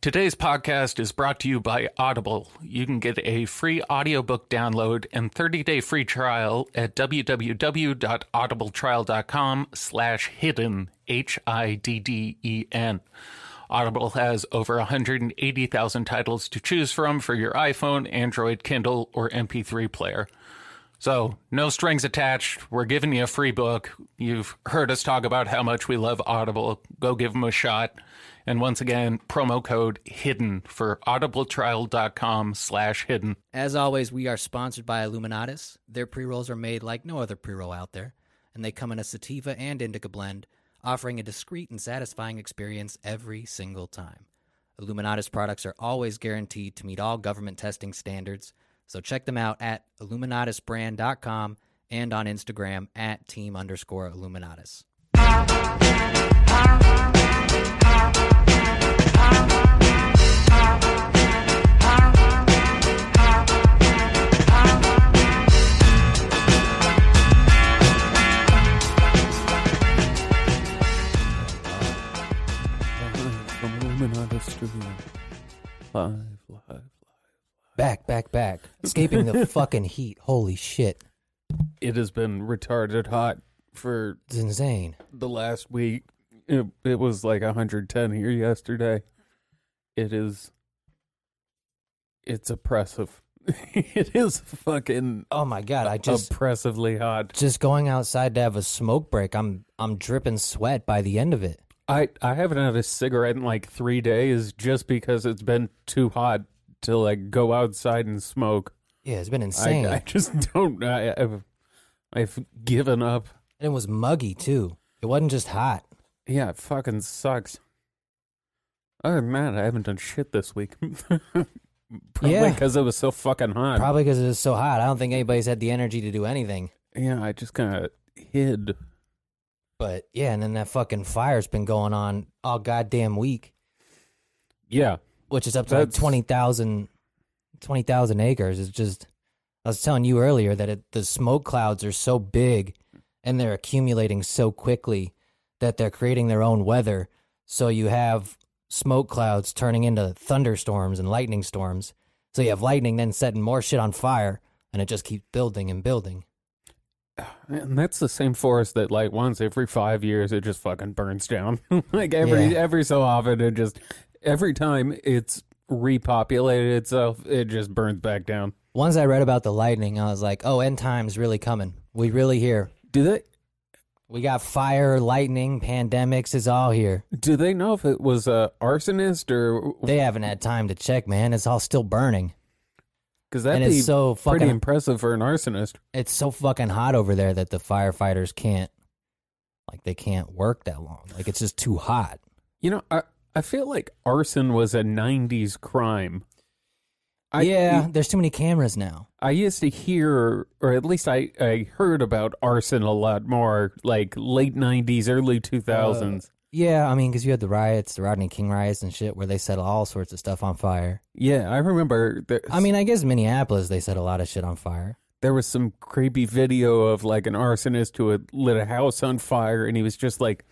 Today's podcast is brought to you by Audible. You can get a free audiobook download and 30-day free trial at www.audibletrial.com slash hidden, H-I-D-D-E-N. E Audible has over 180,000 titles to choose from for your iPhone, Android, Kindle, or MP3 player. So, no strings attached. We're giving you a free book. You've heard us talk about how much we love Audible. Go give them a shot. And once again, promo code HIDDEN for audibletrial.com slash hidden. As always, we are sponsored by Illuminatus. Their pre rolls are made like no other pre roll out there, and they come in a sativa and indica blend, offering a discreet and satisfying experience every single time. Illuminatus products are always guaranteed to meet all government testing standards, so check them out at illuminatusbrand.com and on Instagram at team underscore Illuminatus. From Illuminati Studio. Live, live, live. Back, back, back. Escaping the fucking heat. Holy shit. It has been retarded hot for It's insane. the last week. It, it was like 110 here yesterday. It is. It's oppressive. it is fucking Oh my god, I just oppressively hot. just going outside to have a smoke break. I'm I'm dripping sweat by the end of it. I, I haven't had a cigarette in like three days just because it's been too hot to like go outside and smoke. Yeah, it's been insane. I, I just don't. I, I've, I've given up. and it was muggy too. It wasn't just hot. Yeah, it fucking sucks. Other than that, I haven't done shit this week. Probably Yeah. because it was so fucking hot. Probably because it was so hot. I don't think anybody's had the energy to do anything. yeah, I just kind of hid. But yeah, and then that fucking fire's been going on all goddamn week, Yeah, which is up to like That's- 20,000 20,000 acres. It's just I was telling you earlier that it, the smoke clouds are so big and they're accumulating so quickly that they're creating their own weather. So you have smoke clouds turning into thunderstorms and lightning storms. So you have lightning then setting more shit on fire and it just keeps building and building. and that's the same forest that like once every five years it just fucking burns down. like every Yeah. every so often it just every time it's repopulated itself, it just burns back down. Once I read about the lightning, I was like, "Oh, end time's really coming. We really here. Do they We got fire, lightning, pandemics is all here." do they know if it was a arsonist or They haven't had time to check, man. It's all still burning. because that'd and be it's so pretty fucking impressive for an arsonist. it's so fucking hot over there that the firefighters can't like they can't work that long. Like it's just too hot. You know, I I feel like arson was a '90s crime. I, yeah, there's too many cameras now. I used to hear, or at least I, I heard about arson a lot more, like late '90s, early 2000s. Yeah, I mean, because you had the riots, the Rodney King riots and shit, where they set all sorts of stuff on fire. yeah, I remember. There, I mean, I guess Minneapolis, they set a lot of shit on fire. there was some creepy video of like an arsonist who had lit a house on fire, and he was just like,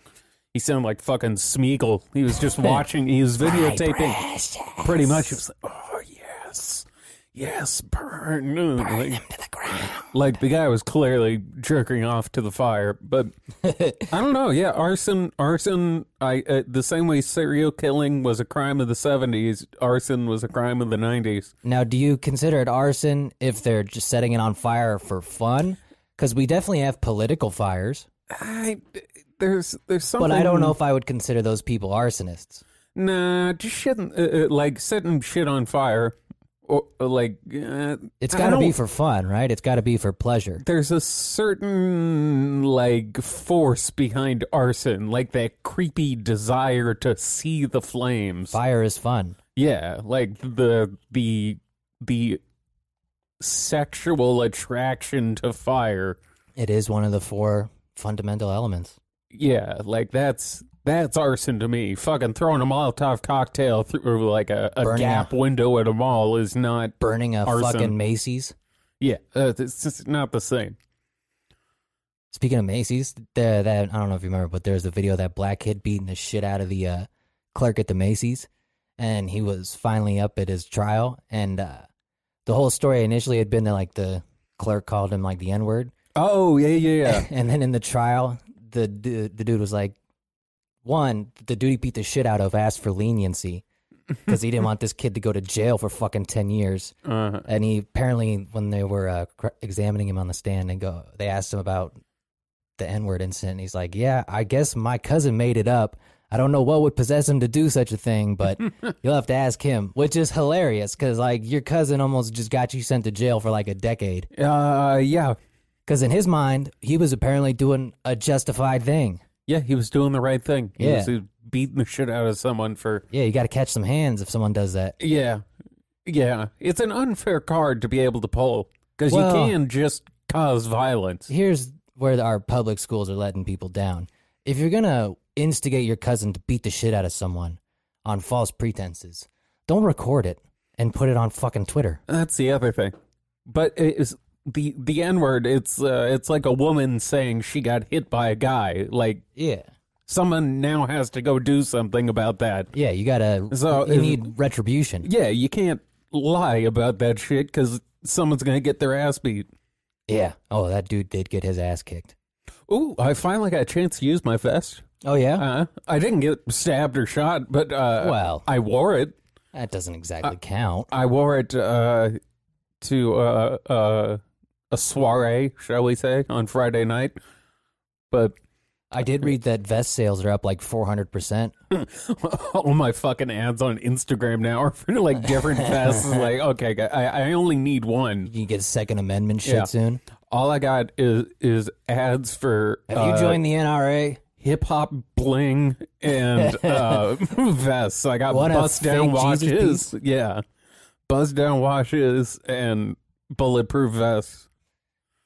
he sounded like fucking Smeagol. He was just watching. He was videotaping. Pretty much, it was like, oh yes, yes, burn, like, Like the guy was clearly jerking off to the fire, but I don't know. Yeah, arson, arson. I uh, the same way serial killing was a crime of the seventies, arson was a crime of the nineties. Now, do you consider it arson if they're just setting it on fire for fun? Because we definitely have political fires, I there's there's something. but I don't know if I would consider those people arsonists. Nah, just shouldn't uh, uh, like setting shit on fire, or uh, like uh, It's I got to be don't- for fun, right? It's got to be for pleasure. there's a certain like force behind arson, like that creepy desire to see the flames. Fire is fun. Yeah, like the the the sexual attraction to fire. It is one of the four fundamental elements. Yeah, like that's that's arson to me. Fucking throwing a Molotov cocktail through like a, a Burning gap window at a mall is not. Burning a Arson. fucking Macy's. Yeah, uh, it's just not the same. Speaking of Macy's, there that I don't know if you remember, but there's a video of that black kid beating the shit out of the uh, clerk at the Macy's, and he was finally up at his trial. And uh, the whole story initially had been that like the clerk called him like the N word, Oh yeah, yeah, yeah. and then in the trial, the du- the dude was like, one, the dude he beat the shit out of asked for leniency because he didn't want this kid to go to jail for fucking ten years. Uh, And he apparently, when they were uh, cr- examining him on the stand, and go, they asked him about the N word incident. And he's like, "Yeah, I guess my cousin made it up. I don't know what would possess him to do such a thing, but you'll have to ask him." Which is hilarious because like your cousin almost just got you sent to jail for like a decade. uh, yeah, Because in his mind, he was apparently doing a justified thing. yeah. He was doing the right thing. He Yeah. was uh, beating the shit out of someone for. Yeah, you got to catch some hands if someone does that. Yeah, yeah. It's an unfair card to be able to pull because Well- you can just cause violence. here's where our public schools are letting people down. If you're gonna instigate your cousin to beat the shit out of someone on false pretenses, don't record it and put it on fucking Twitter. That's the other thing. But it is the the N word. It's uh, it's like a woman saying she got hit by a guy. Like Yeah, someone now has to go do something about that. yeah, you gotta. So, you if- need retribution. Yeah, you can't lie about that shit because someone's gonna get their ass beat. Yeah. Oh, that dude did get his ass kicked. Ooh, I finally got a chance to use my vest. Oh yeah. Uh, I didn't get stabbed or shot, but uh, Well. I wore it. that doesn't Uh, exactly count. I wore it uh, to uh, uh, a soiree, shall we say, on Friday night. But I uh, did read that vest sales are up like four hundred percent. all my fucking ads on Instagram now are for like different vests. like, okay, gu- I, I only need one. You can get Second Amendment shit Yeah. soon. All I got is is ads for Have you joined the NRA? hip hop bling and uh, vests. I got What a bust down fake Jesus washes. Yeah, bust down washes and bulletproof vests.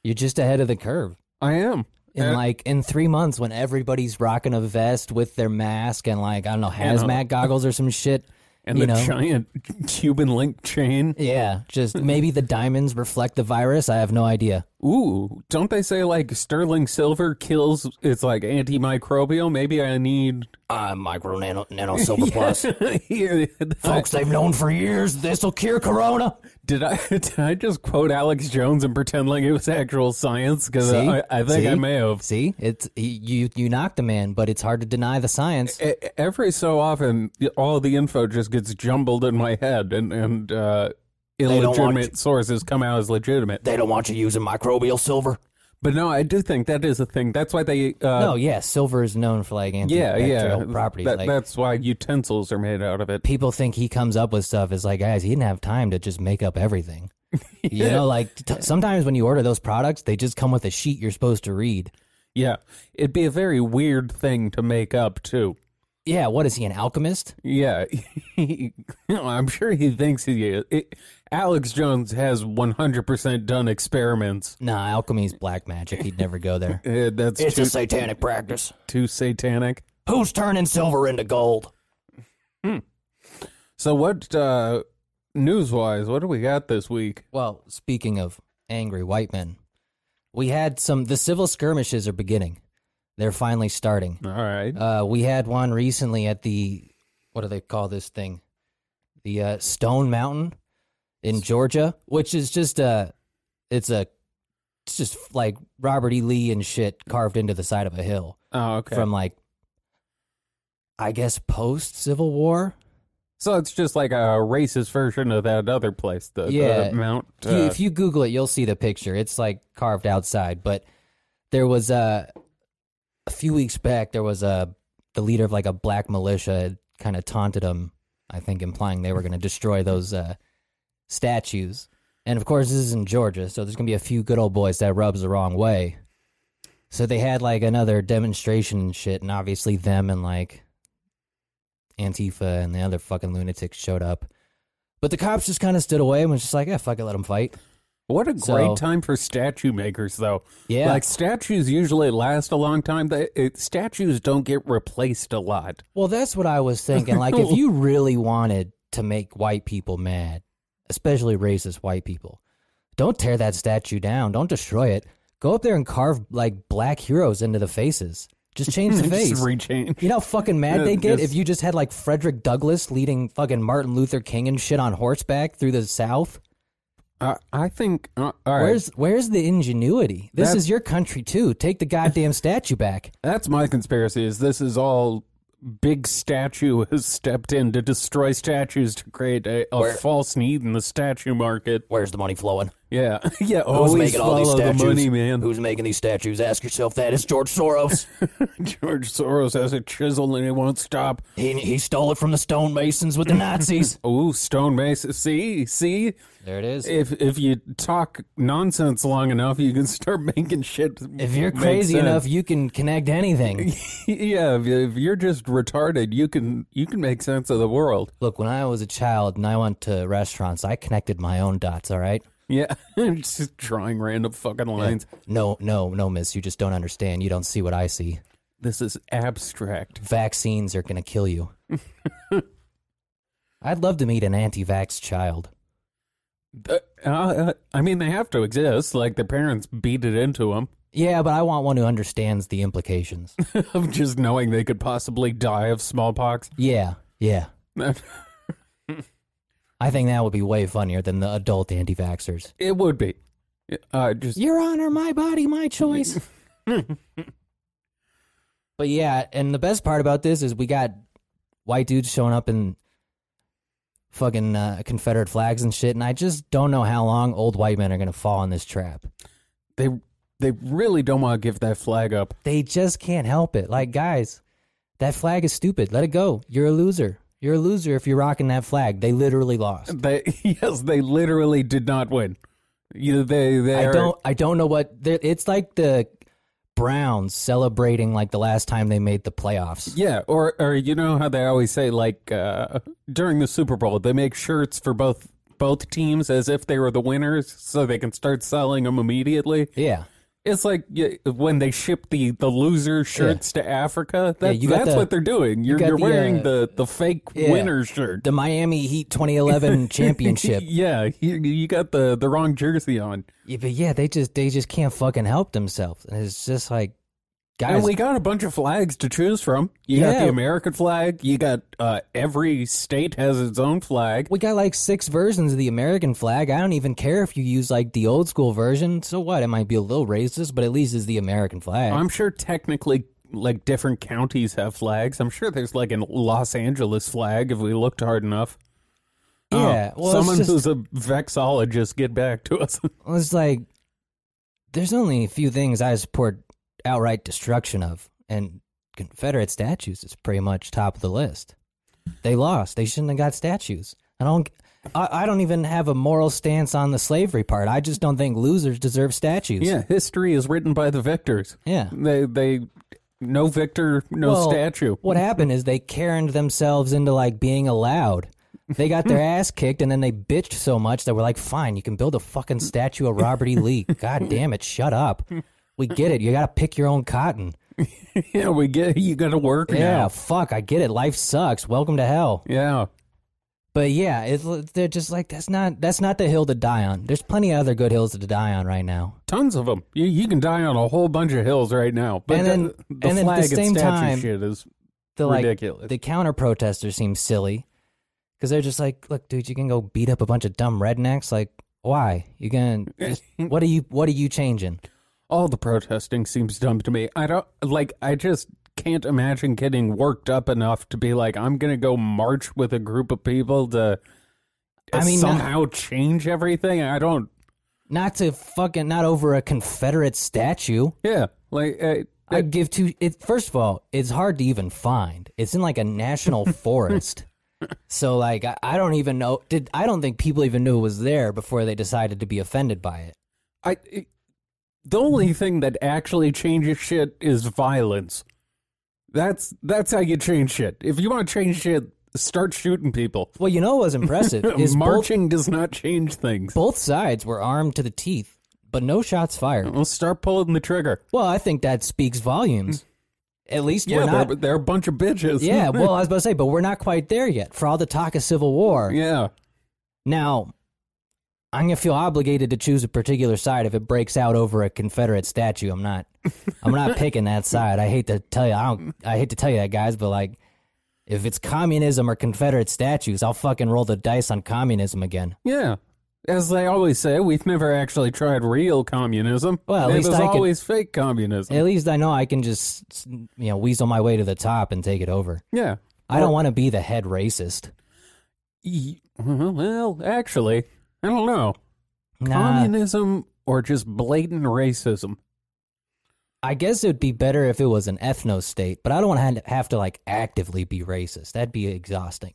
You're just ahead of the curve. I am. in And- like in three months when everybody's rocking a vest with their mask and like I don't know And, uh, hazmat goggles or some shit. and you the know. giant Cuban link chain. Yeah, just maybe the diamonds reflect the virus. I have no idea. Ooh, don't they say like sterling silver kills? It's like antimicrobial. Maybe I need Uh, micro nano, nano silver plus. Yeah, Folks, they've known for years this will cure corona. Did I did I just quote Alex Jones and pretend like it was actual science? Because See? I, I think I See? may have. See, it's he- you you knocked the man, but it's hard to deny the science. E- Every so often, all the info just gets jumbled in my head, and and uh, don't want illegitimate sources come out as legitimate. They don't want you using microbial silver. But no, I do think that is a thing. That's why they. Uh, No, yeah, silver is known for like yeah, antibacterial yeah. properties. That- like, that's why utensils are made out of it. people think he comes up with stuff is like guys he didn't have time to just make up everything you know like t- sometimes when you order those products they just come with a sheet you're supposed to read Yeah, it'd be a very weird thing to make up too. yeah what is he an alchemist Yeah, You know, I'm sure he thinks he is. It, Alex Jones has 100% done experiments. nah alchemy's black magic he'd never go there Uh, that's too, satanic practice too satanic. who's turning silver into gold So what uh, news-wise, what do we got this week? well speaking of angry white men we had some the civil skirmishes are beginning they're finally starting All right. Uh, we had one recently at the what do they call this thing? The uh, Stone Mountain in Georgia, which is just a it's a it's just like Robert E. Lee and shit carved into the side of a hill oh, okay. from like I guess post Civil War. so it's just like a racist version of that other place, the, the Yeah. Mount. If you- uh, if you Google it, you'll see the picture. It's like carved outside, but there was a a few weeks back. There was a the leader of like a black militia kind of taunted them. I think implying they were going to destroy those uh, statues. And of course, this is in Georgia, so there's going to be a few good old boys that rubs the wrong way. So they had like another demonstration and shit, and obviously them and like Antifa and the other fucking lunatics showed up. But the cops just kind of stood away and was just like, "Yeah, fuck it, let them fight." what a great so- time for statue makers, though. Yeah. Like, statues usually last a long time. They, it, statues don't get replaced a lot. Well, that's what I was thinking. Like, if you really wanted to make white people mad, especially racist white people, don't tear that statue down. Don't destroy it. Go up there and carve like black heroes into the faces. Just change the face. Just rechange. You know how fucking mad Yeah, they get yes. if you just had like Frederick Douglass leading fucking Martin Luther King and shit on horseback through the South. I, I think. Uh, all right. Where's where's the ingenuity? This That's- is your country too. Take the goddamn statue back. That's my conspiracy. Is this is all big statue has stepped in to destroy statues to create a, a false need in the statue market. Where's the money flowing? Yeah, yeah. Always follow the money, man. Who's making these statues? Ask yourself that. It's George Soros. George Soros has a chisel and it won't stop. he, he stole it from the stonemasons with the Nazis. Ooh, stonemason. See, see. there it is. If if you talk nonsense long enough, you can start making shit. If you're make crazy sense. enough, you can connect anything. yeah. If, if you're just retarded, you can you can make sense of the world. Look, when I was a child and I went to restaurants, I connected my own dots, all right? Yeah, just drawing random fucking lines. No, no, no, miss. You just don't understand. You don't see what I see. This is abstract. Vaccines are going to kill you. I'd love to meet an anti vax child. Uh, uh, I mean, they have to exist. Like the parents beat it into them Yeah, but I want one who understands the implications. of just knowing they could possibly die of smallpox. yeah, yeah. it I think that would be way funnier than the adult anti vaxxers. would be. Uh, just Your Honor, my body, my choice. but yeah, and the best part about this is we got white dudes showing up in fucking uh, Confederate flags and shit, and I just don't know how long old white men are gonna fall in this trap. they they really don't want to give that flag up. They just can't help it. Like, guys, that flag is stupid. Let it go. You're a loser. You're a loser if you're rocking that flag. They literally lost. They yes, they literally did not win. You they they I don't. I don't know what. they're- It's like the Browns celebrating like the last time they made the playoffs. Yeah, or or you know how they always say like uh, during the Super Bowl they make shirts for both both teams as if they were the winners, so they can start selling them immediately. Yeah. It's like yeah, when they ship the the loser shirts to Africa. That, you got that's the- what they're doing. You're, got you are the, wearing uh, the the fake yeah. winner shirt. the Miami Heat 2011 championship. Yeah, you, you got the the wrong jersey on. Yeah, but yeah, they just they just can't fucking help themselves, and it's just like, guys, And we got a bunch of flags to choose from. You Yeah. got the American flag. You got uh, every state has its own flag. we got like six versions of the American flag. I don't even care if you use like the old school version. So what? It might be a little racist, but at least it's the American flag. I'm sure technically, like different counties have flags. I'm sure there's like a Los Angeles flag if we looked hard enough. Oh, yeah, well, someone it's, just, who's a vexologist, get back to us. it's like there's only a few things I support outright destruction of, and Confederate statues is pretty much top of the list. They lost. They shouldn't have got statues. I don't. I, I don't even have a moral stance on the slavery part. I just don't think losers deserve statues. yeah, history is written by the victors. Yeah. They they no victor, no Well, statue. What happened is they caroned themselves into like being allowed. They got their ass kicked and then they bitched so much that we're like, fine, you can build a fucking statue of Robert E. Lee. God damn it, shut up. We get it. You got to pick your own cotton. Yeah, we get you got to work Yeah, now. fuck, I get it. Life sucks. Welcome to hell. Yeah. But yeah, it's, they're just like that's not that's not the hill to die on. There's plenty of other good hills to die on right now. Tons of them. You, you can die on a whole bunch of hills right now. But And then- the, and the then at the flag same and statue time- shit is The like Ridiculous. the counter protesters seem silly because they're just like, look, dude, you can go beat up a bunch of dumb rednecks. Like, why? You gonna? Just, what are you? What are you changing? all the protesting seems dumb to me. I don't like I just can't imagine getting worked up enough to be like I'm going to go march with a group of people to I mean, not- somehow change everything. I don't Not to fucking not over a Confederate statue. yeah, like I, I give two. It, first of all, it's hard to even find. It's in like a national forest. So like I, I don't even know did I don't think people even knew it was there before they decided to be offended by it. I it- the only thing that actually changes shit is violence. That's that's how you change shit. If you want to change shit, start shooting people. Well, you know what was impressive is both, Marching does not change things. both sides were armed to the teeth, but no shots fired. Well, start pulling the trigger. Well, I think that speaks volumes. At least Hmm. Yeah, we're not. they're, they're a bunch of bitches. yeah, well, I was about to say, but we're not quite there yet. For all the talk of civil war, yeah. now I'm gonna feel obligated to choose a particular side if it breaks out over a Confederate statue. I'm not. I'm not picking that side. I hate to tell you, I don't. I hate to tell you that, guys, but like, if it's communism or Confederate statues, I'll fucking roll the dice on communism again. Yeah. As they always say, we've never actually tried real communism. Well, at it least was I can- always fake communism. At least I know I can just, you know, weasel my way to the top and take it over. yeah. I don't want to be the head racist. E- Well, actually, I don't know. Nah, Communism or just blatant racism. I guess it would be better if it was an ethno state, but I don't want to have to like actively be racist. That'd be exhausting.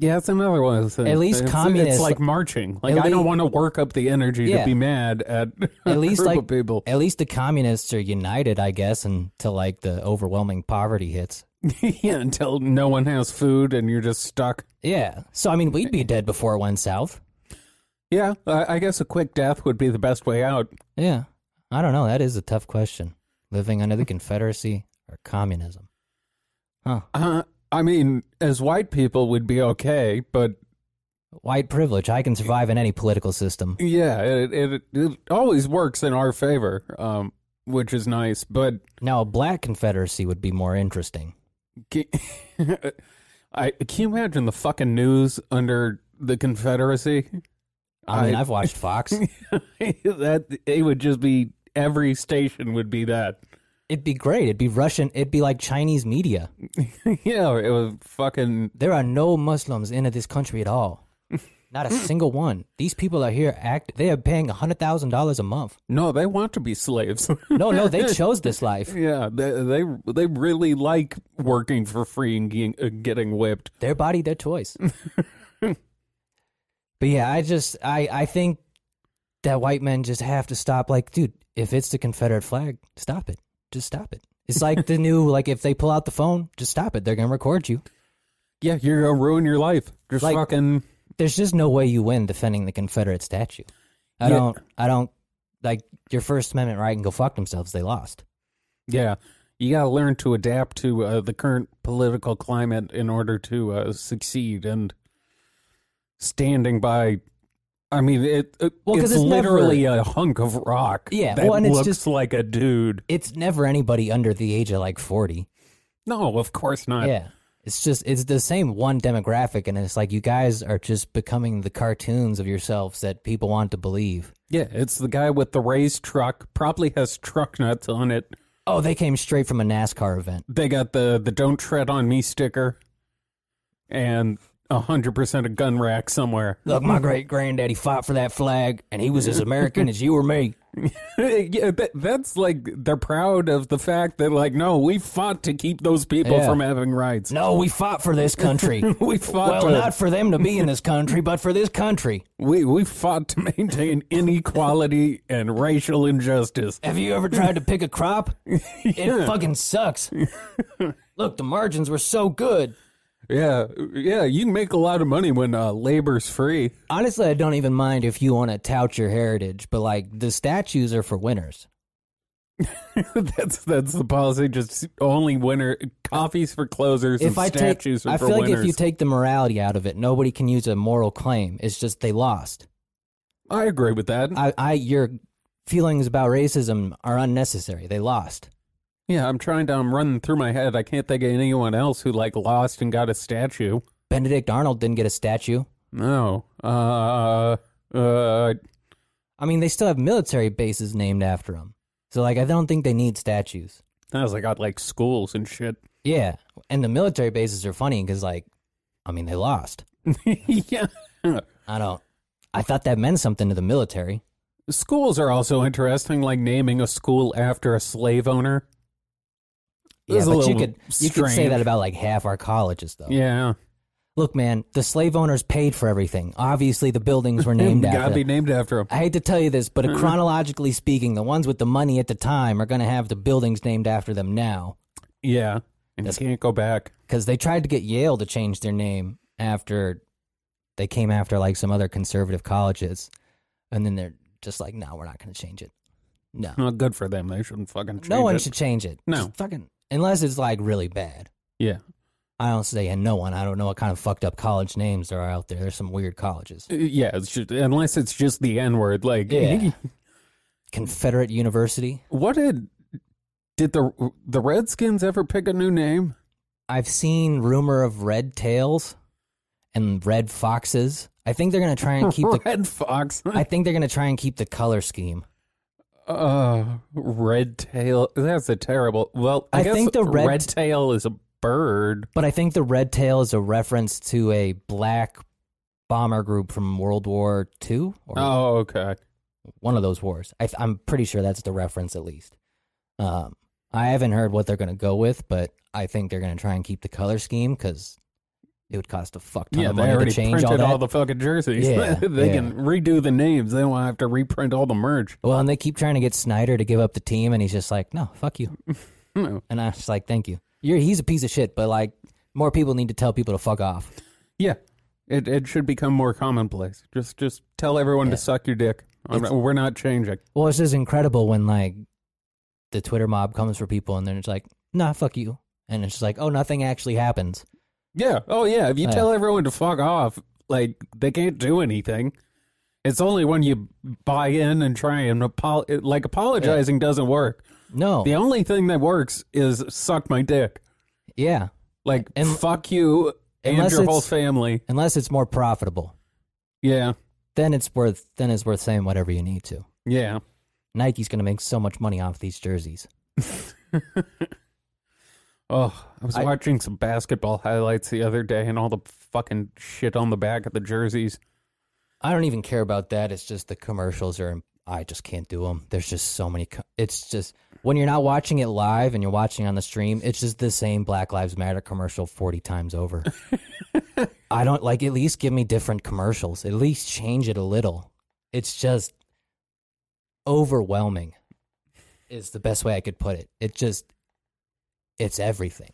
Yeah, that's another one of the things. At least it's, communists- It's like marching. Like At I don't lea- want to work up the energy Yeah. to be mad at a At least group like of people. At least the communists are united, I guess, until like the overwhelming poverty hits. yeah, until no one has food and you're just stuck. Yeah. So I mean, we'd be dead before it went south. Yeah, I, I guess a quick death would be the best way out. Yeah. I don't know. That is a tough question. Living under the Confederacy or communism? Huh. Uh, I mean, as white people, we'd be okay, but White privilege. I can survive in any political system. yeah, it it, it always works in our favor, um, which is nice. But Now, a black Confederacy would be more interesting. can, I can you imagine the fucking news under the Confederacy? I mean, I- I've watched Fox. that it would just be every station would be that. It'd be great. It'd be Russian. It'd be like Chinese media. yeah, it was fucking There are no Muslims in this country at all. Not a single one. These people are here act. They are paying hundred thousand dollars a month. no. They want to be slaves. No, no, they chose this life. yeah, they, they they really like working for free and getting, uh, getting whipped. their body their choice but yeah i just i i think that white men just have to stop like dude if it's the confederate flag stop it just stop it it's like the new like if they pull out the phone just stop it they're gonna record you Yeah, you're gonna ruin your life. Just Like- fucking. there's just no way you win defending the confederate statue i Yeah. don't i don't like your first amendment right and go fuck themselves they lost Yeah, you gotta learn to adapt to uh, the current political climate in order to uh, succeed and standing by. I mean, it, it- Well, 'cause it's, it's never- literally a hunk of rock. Yeah, that well, and it's looks just- like a dude. it's never anybody under the age of like 40 No, of course not. Yeah. It's just it's the same one demographic and it's like you guys are just becoming the cartoons of yourselves that people want to believe. Yeah, it's the guy with the raised truck. Probably has truck nuts on it. Oh, they came straight from a NASCAR event. They got the the "Don't Tread on Me" sticker, and hundred percent a gun rack somewhere. Look, my great granddaddy fought for that flag and he was as American as you or me. yeah, that, that's like they're proud of the fact that like no, we fought to keep those people Yeah. from having rights. No, we fought for this country. We fought well, to not for them to be in this country, but for this country. we we fought to maintain inequality and racial injustice. Have you ever tried to pick a crop? It fucking sucks. Look, the margins were so good. Yeah, yeah, you can make a lot of money when uh, labor's free. Honestly, I don't even mind if you want to tout your heritage, but like the statues are for winners. that's that's the policy. Just only winner coffees for closers if and I take, statues are I for feel like winners. if you take the morality out of it, nobody can use a moral claim. It's just they lost. I agree with that. I, I, your feelings about racism are unnecessary. They lost. yeah, I'm trying to. I'm running through my head. I can't think of anyone else who like lost and got a statue. Benedict Arnold didn't get a statue. No. Uh. Uh. I mean, they still have military bases named after him. So like, I don't think they need statues. That was like got like schools and shit. Yeah, and the military bases are funny because like, I mean, they lost. yeah. I don't. I thought that meant something to the military. Schools are also interesting, like naming a school after a slave owner. Yeah, It's a but you little could you could say strange. that about like half our colleges though. Yeah. Look, man, the slave owners paid for everything. Obviously, the buildings were named Gotta after. be Them. named after him. I hate to tell you this, but uh, chronologically speaking, the ones with the money at the time are going to have the buildings named after them now Yeah. And you can't go back. because they tried to get Yale to change their name after they came after like some other conservative colleges, and then they're just like, "No, we're not going to change it. No, Not good for them. They shouldn't fucking change no one it. should change it. No. Just fucking unless it's like really bad." Yeah. I don't say and no one. I don't know what kind of fucked up college names there are out there. There's some weird colleges. Uh, Yeah, it's just, unless it's just the N word. Like, Yeah. Confederate University. what did Did the the Redskins ever pick a new name? I've seen rumor of red tails and red foxes. I think they're gonna try and keep the. Red Fox. I think they're gonna try and keep the color scheme. Uh, red tail. That's a terrible. Well, I, I guess think the red- red tail is a bird. But I think the red tail is a reference to a black bomber group from World War II or Oh, okay. one of those wars. I, I'm pretty sure that's the reference at least. Um, I haven't heard what they're going to go with, but I think they're going to try and keep the color scheme because it would cost a fuck ton Yeah, of they money to already change printed all all, that. the fucking jerseys. Yeah, they yeah. can redo the names. They don't have to reprint all the merch. well, and they keep trying to get Snyder to give up the team, and he's just like, "No, fuck you." No. And I'm just like, "Thank you." You're he's a piece of shit, but like more people need to tell people to fuck off. Yeah, it it should become more commonplace. Just just tell everyone Yeah. to suck your dick. I'm It's- not- we're not changing. Well, it's just incredible when like the Twitter mob comes for people, and then it's like, "Nah, fuck you," and it's just like, "Oh, nothing actually happens." Yeah. Oh yeah. If you Yeah. tell everyone to fuck off, like they can't do anything. It's only when you buy in and try and apo- like apologizing doesn't work. No, The only thing that works is suck my dick. yeah, Like Un- fuck you and unless your whole it's- family. unless it's more profitable. Yeah. then it's worth then it's worth saying whatever you need to. Yeah. Nike's gonna make so much money off these jerseys. Oh, I was I- watching some basketball highlights the other day and all the fucking shit on the back of the jerseys. I don't even care about that. It's just the commercials are. I just can't do them. There's just so many. Co- it's just when you're not watching it live and you're watching on the stream, it's just the same Black Lives Matter commercial forty times over. I don't like. At least give me different commercials. At least change it a little. It's just overwhelming. Is the best way I could put it. It just, it's everything.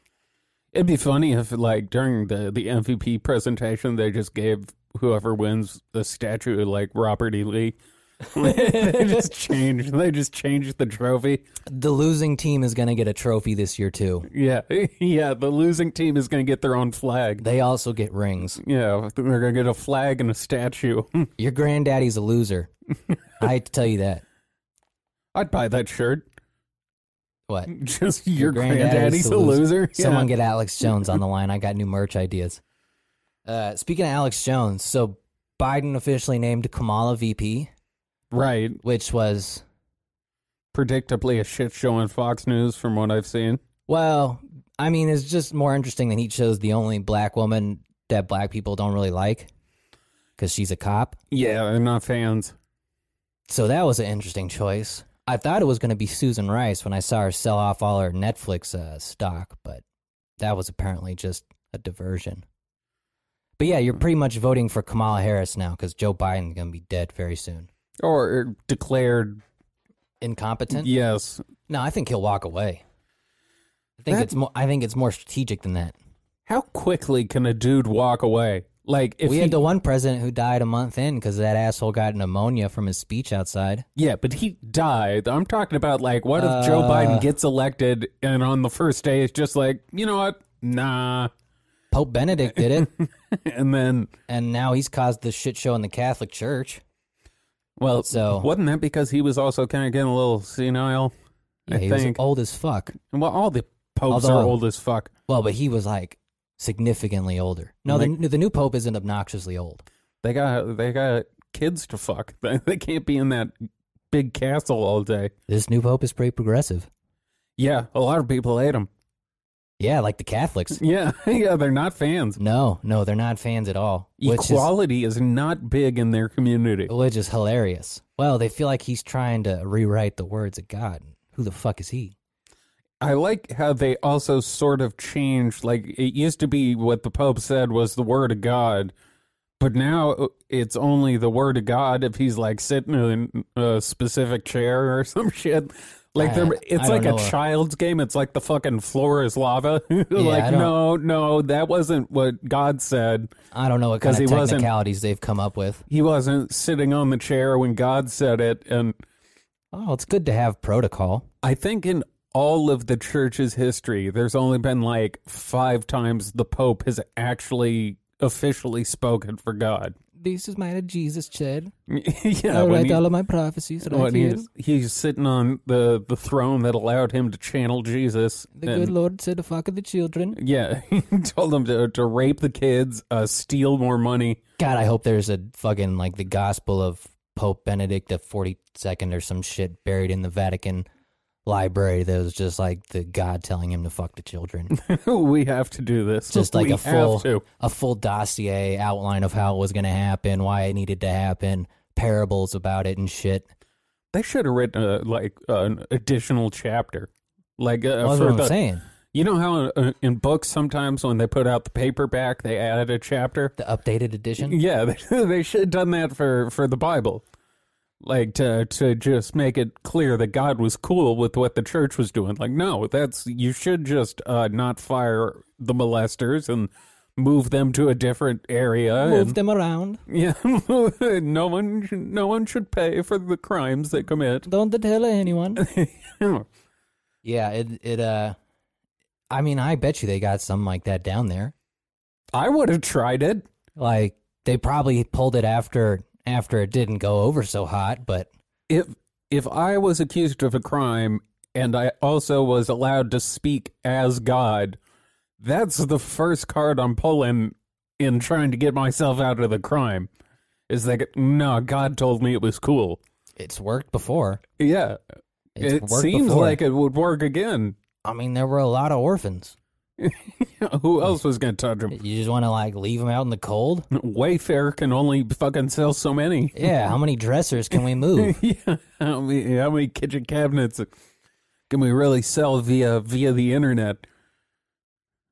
It'd be funny if, like, during the, the MVP presentation, they just gave whoever wins the statue, like Robert E. Lee. they just changed. They just changed the trophy. The losing team is going to get a trophy this year too. Yeah, yeah. The losing team is going to get their own flag. They also get rings. Yeah, they're going to get a flag and a statue. Your granddaddy's a loser. I hate to tell you that. I'd buy that shirt. What? Just your, granddaddy's, a loser. Someone yeah. get Alex Jones on the line. I got new merch ideas. Uh, speaking of Alex Jones, so Biden officially named Kamala VP, right. which was Predictably, a shit show on Fox News, from what I've seen. well, I mean, it's just more interesting that he chose the only black woman that black people don't really like because she's a cop. Yeah, they're not fans. So that was an interesting choice. I thought it was going to be Susan Rice when I saw her sell off all her Netflix uh, stock, but that was apparently just a diversion. But yeah, you're pretty much voting for Kamala Harris now because Joe Biden's going to be dead very soon. Or uh, declared Incompetent? yes. No, I think he'll walk away. I think That- it's more. I think it's more strategic than that. How quickly can a dude walk away? Like if we he, had the one president who died a month in because that asshole got pneumonia from his speech outside. yeah, but he died. I'm talking about like what if Joe Uh, Biden gets elected and on the first day it's just like you know what nah, Pope Benedict did it, and then and now he's caused the shit show in the Catholic Church. well So- wasn't that because he was also kind of getting a little senile? Yeah, I he think. was old as fuck. well, all the popes are Although- old as fuck. Well, but he was like significantly older. No, the, the new pope isn't obnoxiously old. They got they got kids to fuck. They, they can't be in that big castle all day. This new pope is pretty progressive. Yeah, a lot of people hate him. Yeah, like the Catholics. Yeah, yeah, they're not fans. No, no, they're not fans at all. Which is, Equality is, not big in their community. which is hilarious. Well, they feel like he's trying to rewrite the words of God. Who the fuck is he? I like how they also sort of changed. Like it used to be what the Pope said was the word of God, but now uh, it's only the word of God if he's like sitting in a specific chair or some shit. Like they're, I- I it's don't like a know. child's game. It's like the fucking floor is lava. like I don't- no, no, that wasn't what God said. I don't know what kind 'Cause of he wasn't- technicalities they've come up with. He wasn't sitting on the chair when God said it, and Oh, it's good to have protocol. I think in all of the church's history, there's only been like five times the Pope has actually officially spoken for God. This is my Jesus, Chad. yeah, I when write he- all of my prophecies right when he here. is, he's sitting on the, the throne that allowed him to channel Jesus. The and- good Lord said to fuck the children. Yeah, he told them to, to rape the kids, uh, steal more money. God, I hope there's a fucking like the gospel of Pope Benedict the forty second or some shit buried in the Vatican library that was just like the God telling him to fuck the children. we have to do this. Just like We a full have to. a full dossier outline of how it was gonna happen, why it needed to happen, parables about it and shit. They should have written a, like an additional chapter. Like uh, Well, that's for what I'm the- saying. You know how uh, in books sometimes when they put out the paperback they added a chapter. The updated edition. Yeah, they, they should have done that for for the Bible. Like to to just make it clear that God was cool with what the church was doing. Like no, that's you should just uh, not fire the molesters and move them to a different area. Move and, them around. yeah, no one no one should pay for the crimes they commit. Don't tell anyone. Yeah, it it uh I mean, I bet you they got something like that down there. I would have tried it. Like they probably pulled it after after it didn't go over so hot, but if if I was accused of a crime and I also was allowed to speak as God, that's the first card I'm pulling in trying to get myself out of the crime. Is like, no, God told me it was cool. it's worked before. Yeah, It's it worked seems before. like it would work again. I mean, there were a lot of orphans. Who else was going to touch him? You just want to like leave them out in the cold? Wayfair can only fucking sell so many. Yeah, how many dressers can we move? yeah, how many, how many kitchen cabinets can we really sell via via the internet?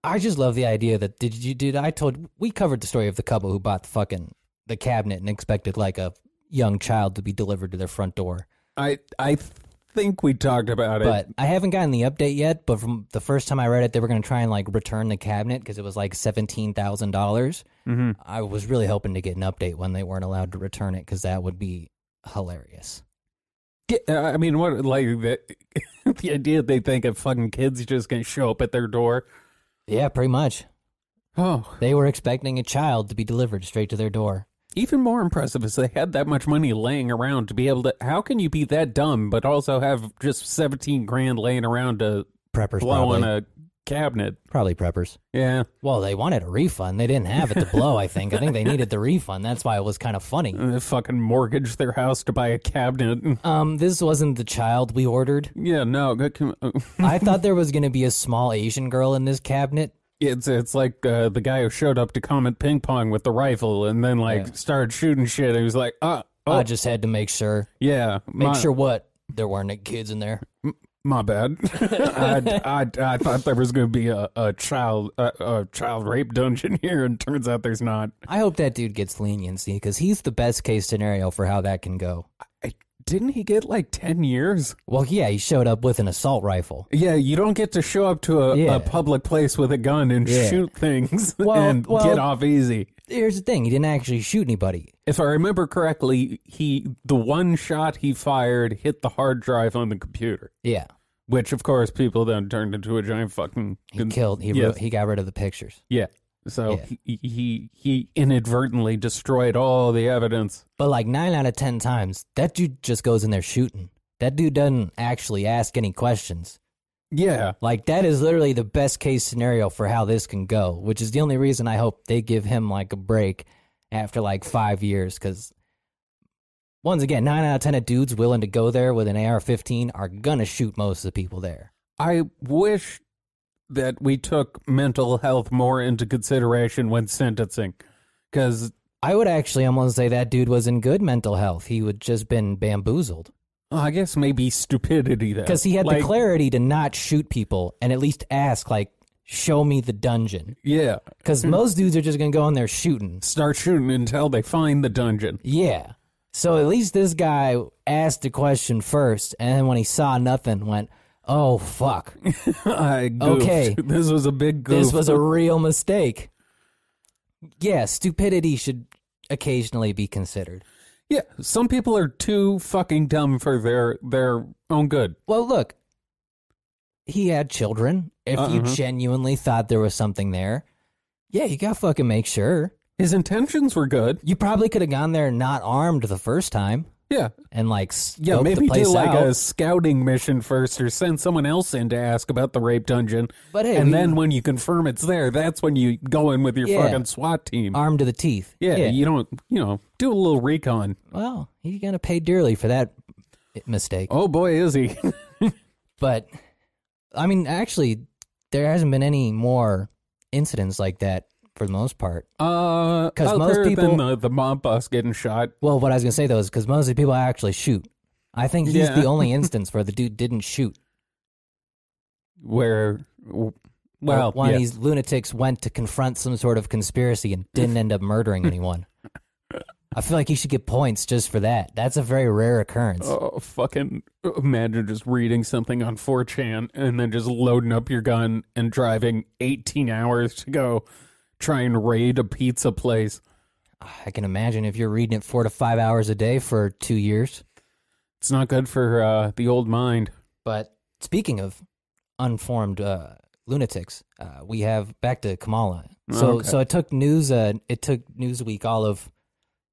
I just love the idea that did you did I told we covered the story of the couple who bought the fucking the cabinet and expected like a young child to be delivered to their front door. I I think we talked about it. But I haven't gotten the update yet. But from the first time I read it, they were going to try and like return the cabinet because it was like seventeen dollars. I was really hoping to get an update when they weren't allowed to return it because that would be hilarious. Get- uh, I mean, what like the, the idea they think a fucking kid's just gonna show up at their door. Yeah, pretty much. Oh, They were expecting a child to be delivered straight to their door. even more impressive is they had that much money laying around to be able to. How can you be that dumb but also have just seventeen grand laying around to Preppers blow on probably, a cabinet? probably preppers. Yeah, Well, they wanted a refund. They didn't have it to blow. I think. I think they needed the refund. That's why it was kind of funny. and they fucking mortgage their house to buy a cabinet. Um, this wasn't the child we ordered. Yeah, no, that can- I thought there was going to be a small Asian girl in this cabinet, It's it's like uh, the guy who showed up to comment ping pong with the rifle and then like started shooting shit. And he was like, uh, oh, I just had to make sure. yeah, my, Make sure what? There weren't any kids in there. my bad. I, I, I thought there was gonna be a, a child a, a child rape dungeon here, and turns out there's not. I hope that dude gets leniency because he's the best case scenario for how that can go. I, didn't he get like ten years? Well, yeah, he showed up with an assault rifle. Yeah, you don't get to show up to a, Yeah. a public place with a gun and Yeah. shoot things Well- and well- get off easy. Here's the thing he didn't actually shoot anybody. If I remember correctly, he the one shot he fired hit the hard drive on the computer. Yeah. which of course people then turned into a giant fucking He killed, he, yes. ru- he got rid of the pictures. yeah so Yeah. He, he he inadvertently destroyed all the evidence But like nine out of 10 times, that dude just goes in there shooting. That dude doesn't actually ask any questions. yeah Like, that is literally the best case scenario for how this can go, which is the only reason I hope they give him like a break after like five years. Because, once again, nine out of 10 of dudes willing to go there with an AR 15 are gonna shoot most of the people there. i wish that we took mental health more into consideration when sentencing because I would actually almost say that dude was in good mental health. He would just been bamboozled i guess maybe stupidity then because he had Like, the clarity to not shoot people and at least ask, like, show me the dungeon. yeah Because most dudes are just gonna go in there shooting. start shooting until they find the dungeon Yeah. So at least this guy asked the question first, and then when he saw nothing, went, "Oh fuck, I goofed. Okay. this was a big goof this was a real mistake." Yeah, stupidity should occasionally be considered. yeah some people are too fucking dumb for their their own good Well, look, Uh-huh. he had children. If you genuinely thought there was something there, Yeah, you gotta fucking make sure. His intentions were good. You probably could have gone there not armed the first time Yeah. and like Yeah, scoped maybe the place do like out. a scouting mission first or send someone else in to ask about the rape dungeon. But hey, and we- then when you confirm it's there, that's when you go in with your Yeah. Uh, fucking SWAT team. armed to the teeth. yeah, you don't, you know, do a little recon. well, he's gonna pay dearly for that mistake. Oh boy, is he. But I mean, actually, there hasn't been any more incidents like that for the most part. Uh, 'Cause other most people- than the, the mob boss getting shot. Well, what I was gonna say though is because mostly people actually shoot. I think he's Yeah. the only instance where the dude didn't shoot. where w- Or well one yeah. of these lunatics went to confront some sort of conspiracy and didn't end up murdering anyone. I feel like he should get points just for that. That's a very rare occurrence. oh fucking imagine just reading something on 4chan and then just loading up your gun and driving 18 hours to go try and raid a pizza place I can imagine if you're reading it four to five hours a day for two years. it's not good for uh, the old mind But speaking of unformed uh, lunatics, uh, we have back to Kamala. So Okay. so it took news uh, it took Newsweek all of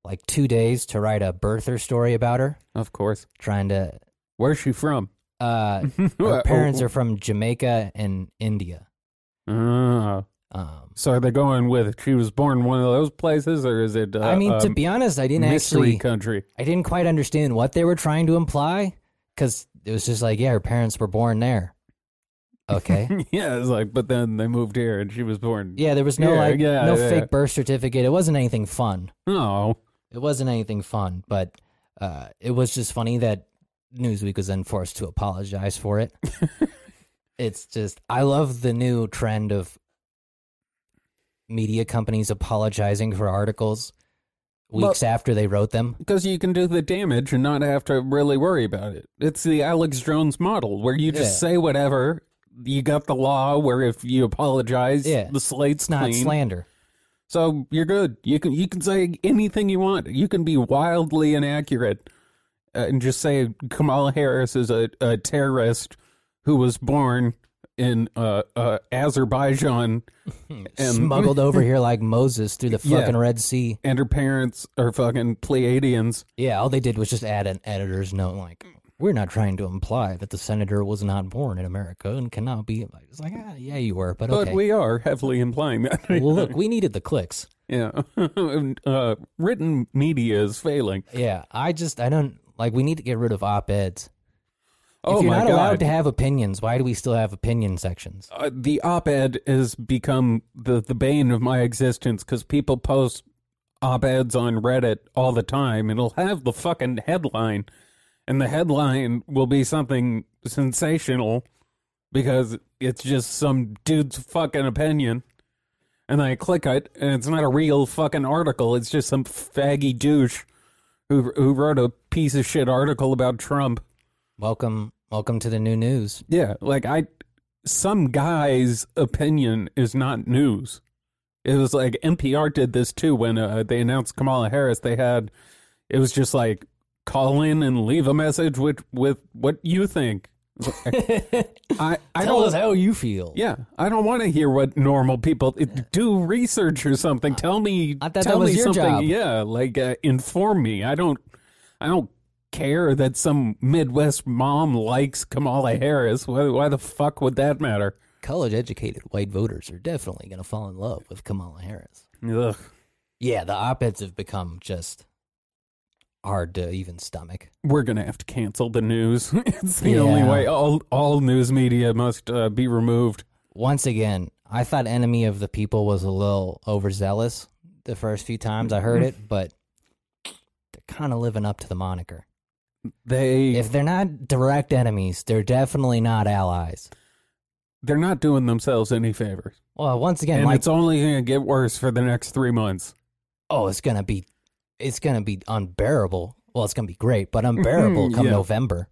like two days to write a birther story about her, of course trying to. where's she from Uh, her parents are from Jamaica and India. Ah, Um, so are they going with she was born in one of those places or is it uh, I mean, to um, be honest, I didn't mystery actually, country I didn't quite understand what they were trying to imply because it was just like, yeah, her parents were born there. Okay. yeah it's like but then they moved here and she was born yeah, there was no Yeah, like, yeah, no yeah. fake birth certificate. It wasn't anything fun. oh It wasn't anything fun, but uh, it was just funny that Newsweek was then forced to apologize for it. it's just, I love the new trend of media companies apologizing for articles weeks after they wrote them. Because you can do the damage and not have to really worry about it. It's the Alex Jones model where you just Yeah. say whatever. You got the law where if you apologize, Yeah. the slate's It's not clean. slander. So you're good. You can you can say anything you want. You can be wildly inaccurate uh, and just say Kamala Harris is a, a terrorist who was born in uh, uh, Azerbaijan and- smuggled over here like Moses through the Yeah. fucking Red Sea. and her parents are fucking Pleiadians. Yeah, all they did was just add an editor's note like, we're not trying to imply that the senator was not born in America and cannot be. It's like, ah, yeah, you were, but But okay. we are heavily implying that. well, look, we needed the clicks. Yeah. uh, written media is failing. Yeah, I just, I don't, like, we need to get rid of op eds. Oh if you're my not God. allowed to have opinions, why do we still have opinion sections? uh, the op ed has become the, the bane of my existence because people post op eds on Reddit all the time and it'll have the fucking headline. And the headline will be something sensational because it's just some dude's fucking opinion. And I click it and it's not a real fucking article. It's just some faggy douche who, who wrote a piece of shit article about Trump. Welcome, welcome to the new news. Yeah, like I, some guy's opinion is not news. It was like NPR did this too when uh, they announced Kamala Harris. They had it was just like call in and leave a message with with what you think. I I Tell us don't. how you feel. Yeah, I don't want to hear what normal people it, do. Research or something. Tell me. I thought tell that was me your something. job. Yeah, like uh, inform me. I don't. I don't care that some Midwest mom likes Kamala Harris. Why, why the fuck would that matter? College educated white voters are definitely going to fall in love with Kamala Harris. Ugh. Yeah, the op eds have become just hard to even stomach. We're gonna have to cancel the news. it's the Yeah. only way. All all news media must uh, be removed. Once again, I thought Enemy of the People was a little overzealous the first few times I heard Mm-hmm. it, but they're kind of living up to the moniker. They If they're not direct enemies, they're definitely not allies. they're not doing themselves any favors, Well, once again, and like, it's only gonna get worse for the next three months. oh, it's going to be it's going to be unbearable. Well, it's going to be great, but unbearable come Yeah. November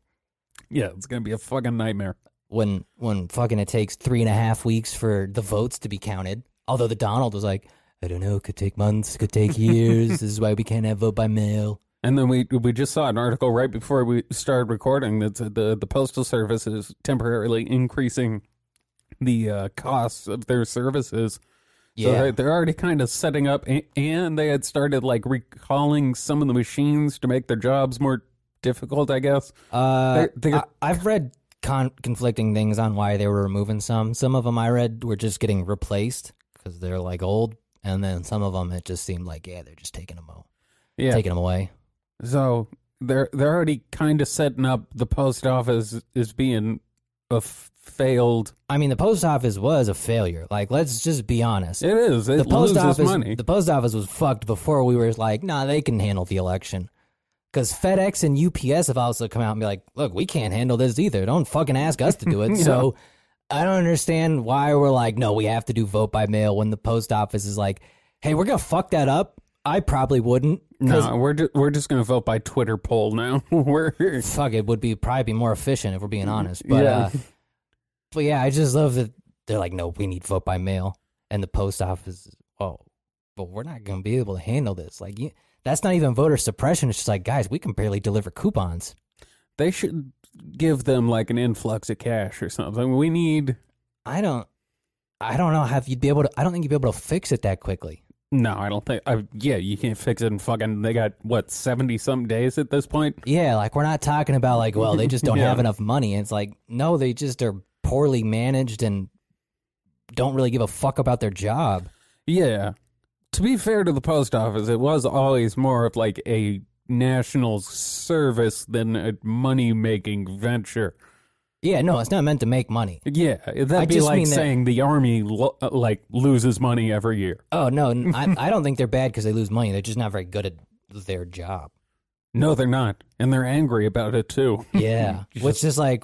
Yeah, it's gonna be a fucking nightmare. when when fucking it takes three and a half weeks for the votes to be counted. Although the Donald was like, I don't know, it could take months, it could take years. this is why we can't have vote by mail. And then we we just saw an article right before we started recording that said the the postal service is temporarily increasing the uh, costs of their services So Yeah. they, they're already kind of setting up, a- and they had started like recalling some of the machines to make their jobs more difficult. I guess. Uh, They're- they're- I, have read con- conflicting things on why they were removing some. Some of them I read were just getting replaced because they're like old, and then some of them it just seemed like yeah, they're just taking them out, Yeah. taking them away. So they're they're already kind of setting up the post office as being a f- failed. I mean, the post office was a failure. Like, let's just be honest. It is. It the post loses office, money. the post office was fucked before we were like, nah, they can handle the election. Because FedEx and UPS have also come out and be like, look, we can't handle this either. Don't fucking ask us to do it. So I don't understand why we're like, no, we have to do vote by mail when the post office is like, hey, we're gonna fuck that up. I probably wouldn't. 'cause no, we're ju- we're just gonna vote by Twitter poll now. we're fuck it would be probably be more efficient if we're being honest but Yeah. uh but yeah i just love that they're like no we need vote by mail and the post office is, oh but we're not gonna be able to handle this like you, that's not even voter suppression it's just like guys we can barely deliver coupons they should give them like an influx of cash or something. We need i don't i don't know how you'd be able to i don't think you'd be able to fix it that quickly no. I don't think. I, yeah, you can't fix it in fucking. They got what seventy some days at this point. yeah like we're not talking about like well they just don't Yeah. have enough money it's like no they just are poorly managed and don't really give a fuck about their job Yeah. To be fair to the post office, it was always more of like a national service than a money making venture. yeah no it's not meant to make money Yeah, that'd I be just like mean that- saying the army lo- uh, like loses money every year. Oh no, n- I, I don't think they're bad because they lose money. They're just not very good at their job. No, they're not, and they're angry about it too. Yeah, which is like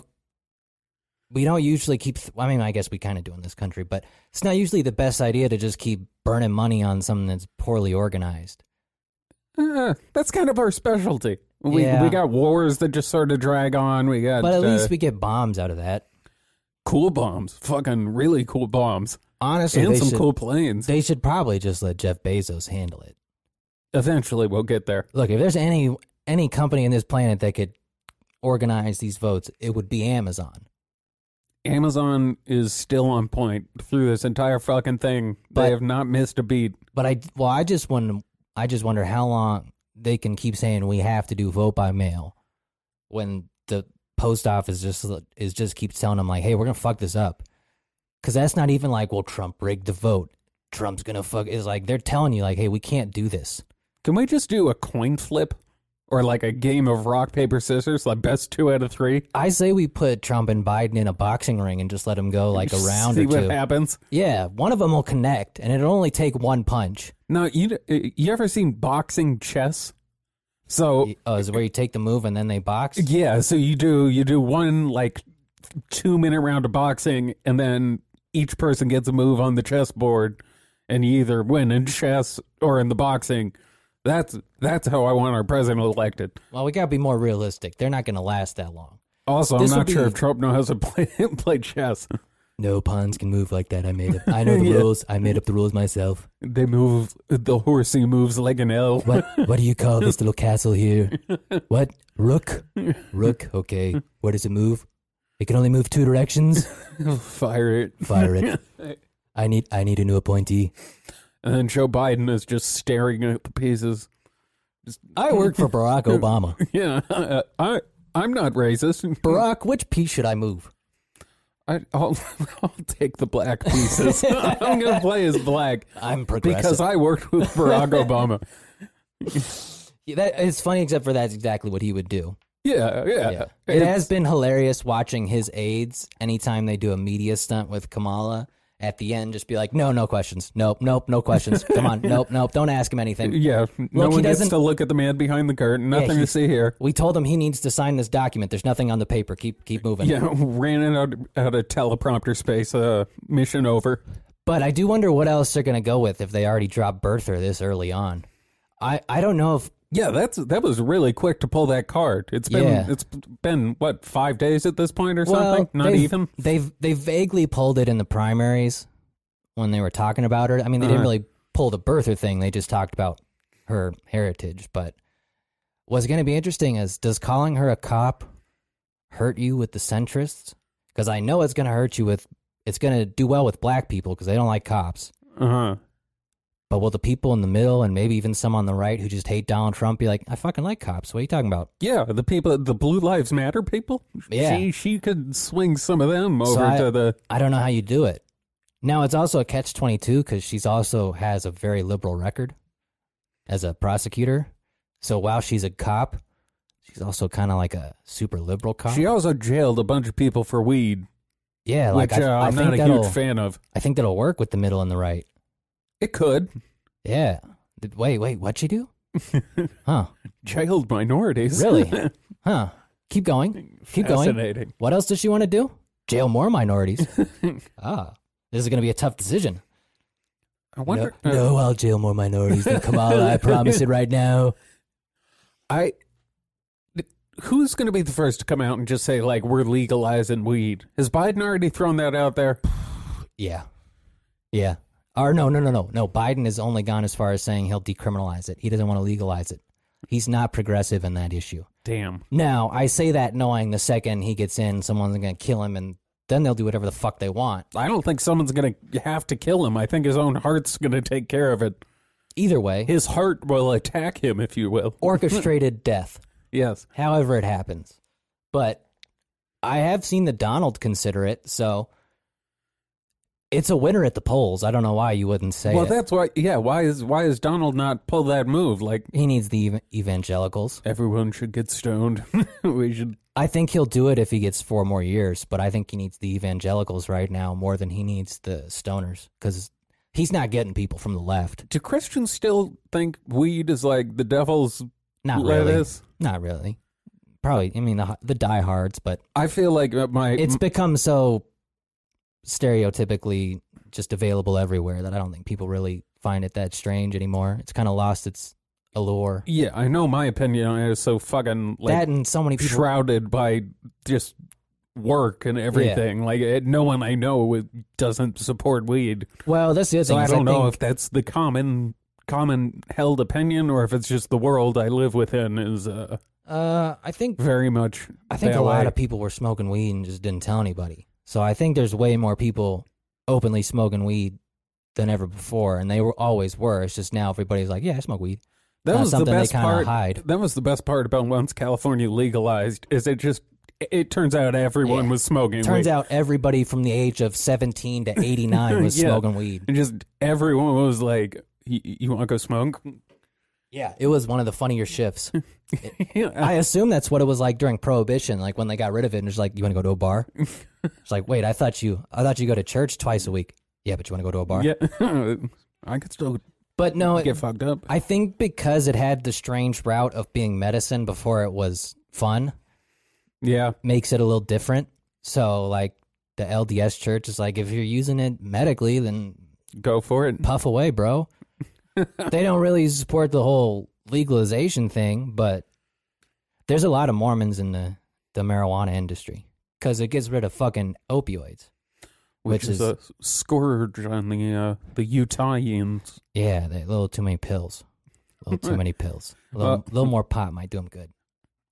we don't usually keep. Th- I mean, I guess we kind of do in this country, but it's not usually the best idea to just keep burning money on something that's poorly organized. Uh, that's kind of our specialty. We Yeah. we got wars that just sort of drag on. We got But at uh, least we get bombs out of that. cool bombs, fucking really cool bombs, Honestly, and they some should, cool planes. they should probably just let Jeff Bezos handle it. Eventually, we'll get there. Look, if there's any any company in this planet that could organize these votes, it would be Amazon. Amazon is still on point through this entire fucking thing. But- they have not missed a beat. But I well, I just wonder. I just wonder how long they can keep saying we have to do vote by mail when the post office just is just keeps telling them like, hey, we're gonna fuck this up. Because that's not even like, well, Trump rigged the vote. Trump's gonna fuck. Is like they're telling you like, hey, we can't do this. Can we just do a coin flip or like a game of rock paper scissors? Like best two out of three. I say we put Trump and Biden in a boxing ring and just let them go like a round See or what two. happens. Yeah, one of them will connect, and it'll only take one punch. No, you you ever seen boxing chess? So Oh, is it where you take the move and then they box? yeah, so you do you do one like two minute round of boxing, and then each person gets a move on the chessboard, and you either win in chess or in the boxing. That's that's how I want our president elected. Well, we gotta be more realistic. They're not gonna last that long. Also, This I'm would not sure be- if Trump knows how to play, play chess. No pawns can move like that. I made up. I know the Yeah. rules. I made up the rules myself. They move the horsey moves like an L. What What do you call this little castle here? What rook? Rook. Okay. Where does it move? It can only move two directions. Fire it. Fire it. I need I need a new appointee. And then Joe Biden is just staring at the pieces. I work for Barack Obama. Yeah, uh, I I'm not racist. Barack, which piece should I move? I, I'll I'll take the black pieces. I'm gonna play as black I'm progressive. because I worked with Barack Obama. Yeah, that, it's funny, except for that's exactly what he would do. Yeah, yeah. Yeah. It It's- has been hilarious watching his aides anytime they do a media stunt with Kamala at the end just be like, no, no questions. Nope, nope, no questions. Come on, nope, nope. Don't ask him anything. Yeah, no Look, he one gets doesn't- to look at the man behind the curtain. Nothing he- to see here. We told him he needs to sign this document. There's nothing on the paper. Keep keep moving. Yeah, ran out out of teleprompter space. Uh, mission over. But I do wonder what else they're gonna go with if they already dropped Bertha this early on. I, I don't know if Yeah, that's that was really quick to pull that card. It's been Yeah. it's been what five days at this point or something. Well, Not they've- even. They've they vaguely pulled it in the primaries when they were talking about her. I mean, they Uh-huh. didn't really pull the birther thing. They just talked about her heritage. But what's going to be interesting is does calling her a cop hurt you with the centrists? Because I know it's going to hurt you with it's going to do well with black people because they don't like cops. Uh huh. But will the people in the middle and maybe even some on the right who just hate Donald Trump be like, I fucking like cops. What are you talking about? Yeah, the people, the Blue Lives Matter people. Yeah. she, she could swing some of them over I- to the. I don't know how you do it. Now it's also a catch twenty two because she's also has a very liberal record as a prosecutor. So while she's a cop, she's also kind of like a super liberal cop. She also jailed a bunch of people for weed, yeah, like which I, uh, I I'm think not a that'll huge fan of. I think that'll work with the middle and the right. It could Yeah. Th- Wait, wait, what'd she do? huh? jailed minorities. Really? Huh? Keep going. Keep going. Fascinating. What else does she want to do? Jail more minorities. ah, this is going to be a tough decision. I wonder. uh, no, no, I'll jail more minorities than Kamala. I promise it right now. I who's going to be the first to come out and just say like we're legalizing weed? Has Biden already thrown that out there? Yeah. Yeah. Or no, no, no, no, no. Biden has only gone as far as saying he'll decriminalize it. He doesn't want to legalize it. He's not progressive in that issue. Damn. Now, I say that knowing the second he gets in, someone's going to kill him and then they'll do whatever the fuck they want. I don't think someone's going to have to kill him. I think his own heart's going to take care of it. Either way, His heart will attack him, if you will. orchestrated death, Yes. however it happens. But I have seen the Donald consider it, so it's a winner at the polls. I don't know why you wouldn't say well, it. that's why. Yeah. Why is why is Donald not pull that move? Like he needs the ev- evangelicals. everyone should get stoned. we should. I think he'll do it if he gets four more years, but I think he needs the evangelicals right now more than he needs the stoners because he's not getting people from the left. Do Christians still think weed is like the devil's Not really. lettuce? Not really. Probably. I mean, the, the diehards, but I feel like uh, my it's become so stereotypically just available everywhere that I don't think people really find it that strange anymore. It's kind of lost its allure. yeah. I know my opinion on it is so fucking like that and so many people. shrouded by just work and everything. Like it, no one I know w- doesn't support weed, well, that's the other so thing. I is don't know think- if that's the common common held opinion or if it's just the world I live within is uh, Uh, I think very much. I think that a lot way. of people were smoking weed and just didn't tell anybody. So I think there's way more people openly smoking weed than ever before, and they were always were. It's just now everybody's like, yeah, I smoke weed. that not was the something they best kinda part. hide. That was the best part about once California legalized is it just it- it turns out everyone Yeah. was smoking. Turns weed. out everybody from the age of 17 to 89 was Yeah. smoking weed. and just everyone was like, "Y- "You want to go smoke?" Yeah, it was one of the funnier shifts. yeah, I assume that's what it was like during Prohibition, like when they got rid of it and it's like, you want to go to a bar? It's like, wait, I thought you, I thought you go to church twice a week. Yeah, but you want to go to a bar? yeah. I could still But no, it, get fucked up. I think because it had the strange route of being medicine before it was fun, Yeah. makes it a little different. So, like, the LDS church is like, if you're using it medically, then Go for it. puff away, bro. they don't really support the whole legalization thing, but there's a lot of Mormons in the, the marijuana industry because it gets rid of fucking opioids. Which Which, is- is, a scourge on the uh, the Utahians. Yeah, they, a little too many pills. A little too many pills. A little, Well- little more pot might do them good.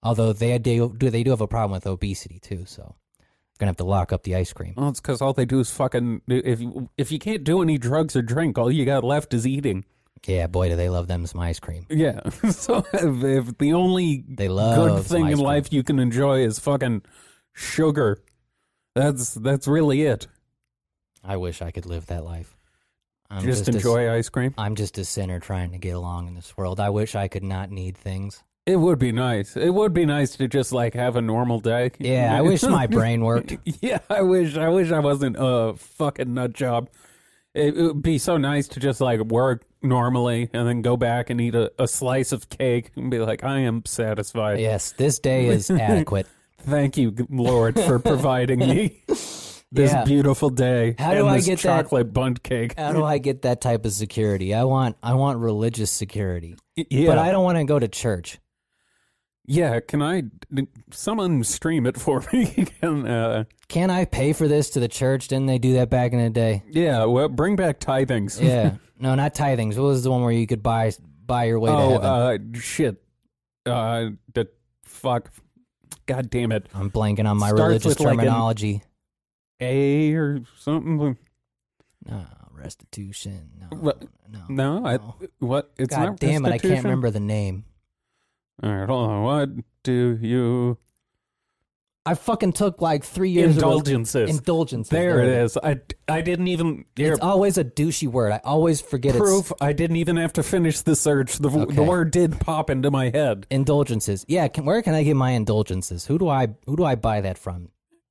Although they do, do they do have a problem with obesity too, so gonna have to lock up the ice cream. Well, it's because all they do is fucking. If if you can't do any drugs or drink, all you got left is eating. Yeah, boy, do they love them some ice cream. Yeah. so if, if the only They good love some thing ice in cream. life you can enjoy is fucking sugar, that's that's really it. I wish I could live that life. I'm just a- enjoy ice cream. I'm just a sinner trying to get along in this world. I wish I could not need things. It would be nice. It would be nice to just like have a normal day. Yeah, I wish my brain worked. Yeah, I wish I wish I wasn't a fucking nut job. It, it would be so nice to just like work normally and then go back and eat a, a slice of cake and be like, I am satisfied. Yes, this day is adequate. Thank you, Lord, for providing me this Yeah. beautiful day. How do and I this get that- Uh, chocolate bun cake? How do I get that type of security? I want I want religious security. yeah, But I don't want to go to church. yeah. Can I? Someone stream it for me. Can, uh, Can I pay for this to the church? Didn't they do that back in the day? yeah, well, bring back tithings. Yeah. no, not tithings. What was the one where you could buy buy your way to Oh, heaven? uh, shit. Uh, the fuck. God damn it. I'm blanking on my starts religious with, like, an- terminology. A or something. No, restitution. No, Re- no, No, I, no. what? It's Oh. God not damn it! I can't restitution? remember the name. All right, hold on. What do you I fucking took like three years indulgences? Of indulgences. there it is. I I didn't even. Here, It's always a douchey word. I always forget it's proof. I didn't even have to finish the search. The Okay. the word did pop into my head. indulgences. Yeah, can, where can I get my indulgences? Who do I who do I buy that from?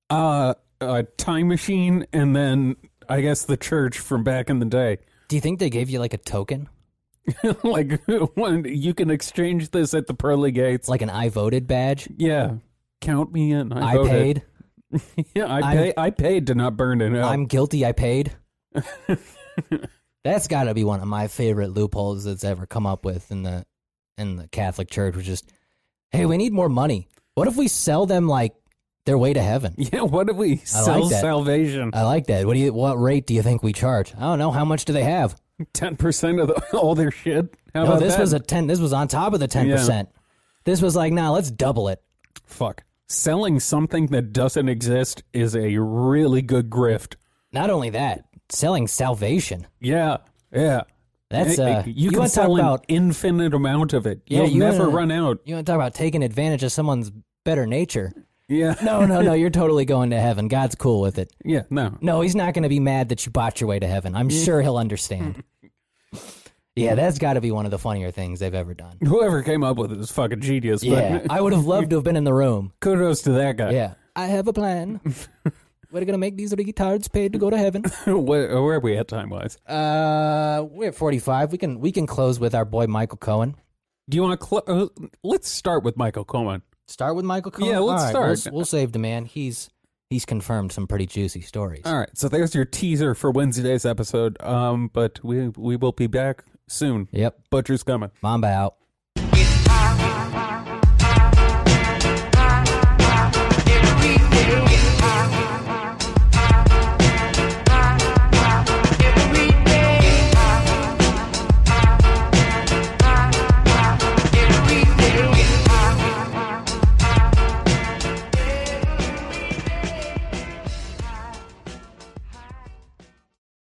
Uh, a time machine, and then I guess the church from back in the day. Do you think they gave you like a token, like when you can exchange this at the pearly gates. like an I voted badge? yeah, count me in. I, I voted. paid. Yeah, I I'm- pay, I paid to not burn it up. I'm guilty. I paid. that's got to be one of my favorite loopholes that's ever come up with in the in the Catholic Church. Which is, hey, we need more money. What if we sell them like their way to heaven? yeah, what if we sell that. Uh, salvation? I like that. What do you? What rate do you think we charge? I don't know. How much do they have? Ten percent of the, all their shit. How No, about this that? was a ten. This was on top of the ten percent. This was like, nah, let's double it. fuck. Selling something that doesn't exist is a really good grift. Not only that, selling salvation. Yeah, yeah. That's Hey, uh, hey, you, can wanna talk sell an about infinite amount of it. Yeah, You'll you never wanna- run out. you want to talk about taking advantage of someone's better nature. Yeah, No, Oh, no, no. You're totally going to heaven. God's cool with it. yeah. No, No, he's not going to be mad that you bought your way to heaven. I'm sure he'll understand. Yeah, that's got to be one of the funnier things they've ever done. whoever came up with it is fucking genius. Yeah, But I would have loved to have been in the room. kudos to that guy. Yeah, I have a plan. We're gonna make these retards paid to go to heaven. where, where are we at time wise? Uh, we're at forty-five. We can we can close with our boy Michael Cohen. Do you want to? Cl- uh, let's start with Michael Coleman. Start with Michael Cohen. Yeah, let's All right, we'll- start. We'll, save the man. He's he's confirmed some pretty juicy stories. All right, so there's your teaser for Wednesday's episode. Um, but we we will be back soon. Yep, Butcher's coming. Mamba out.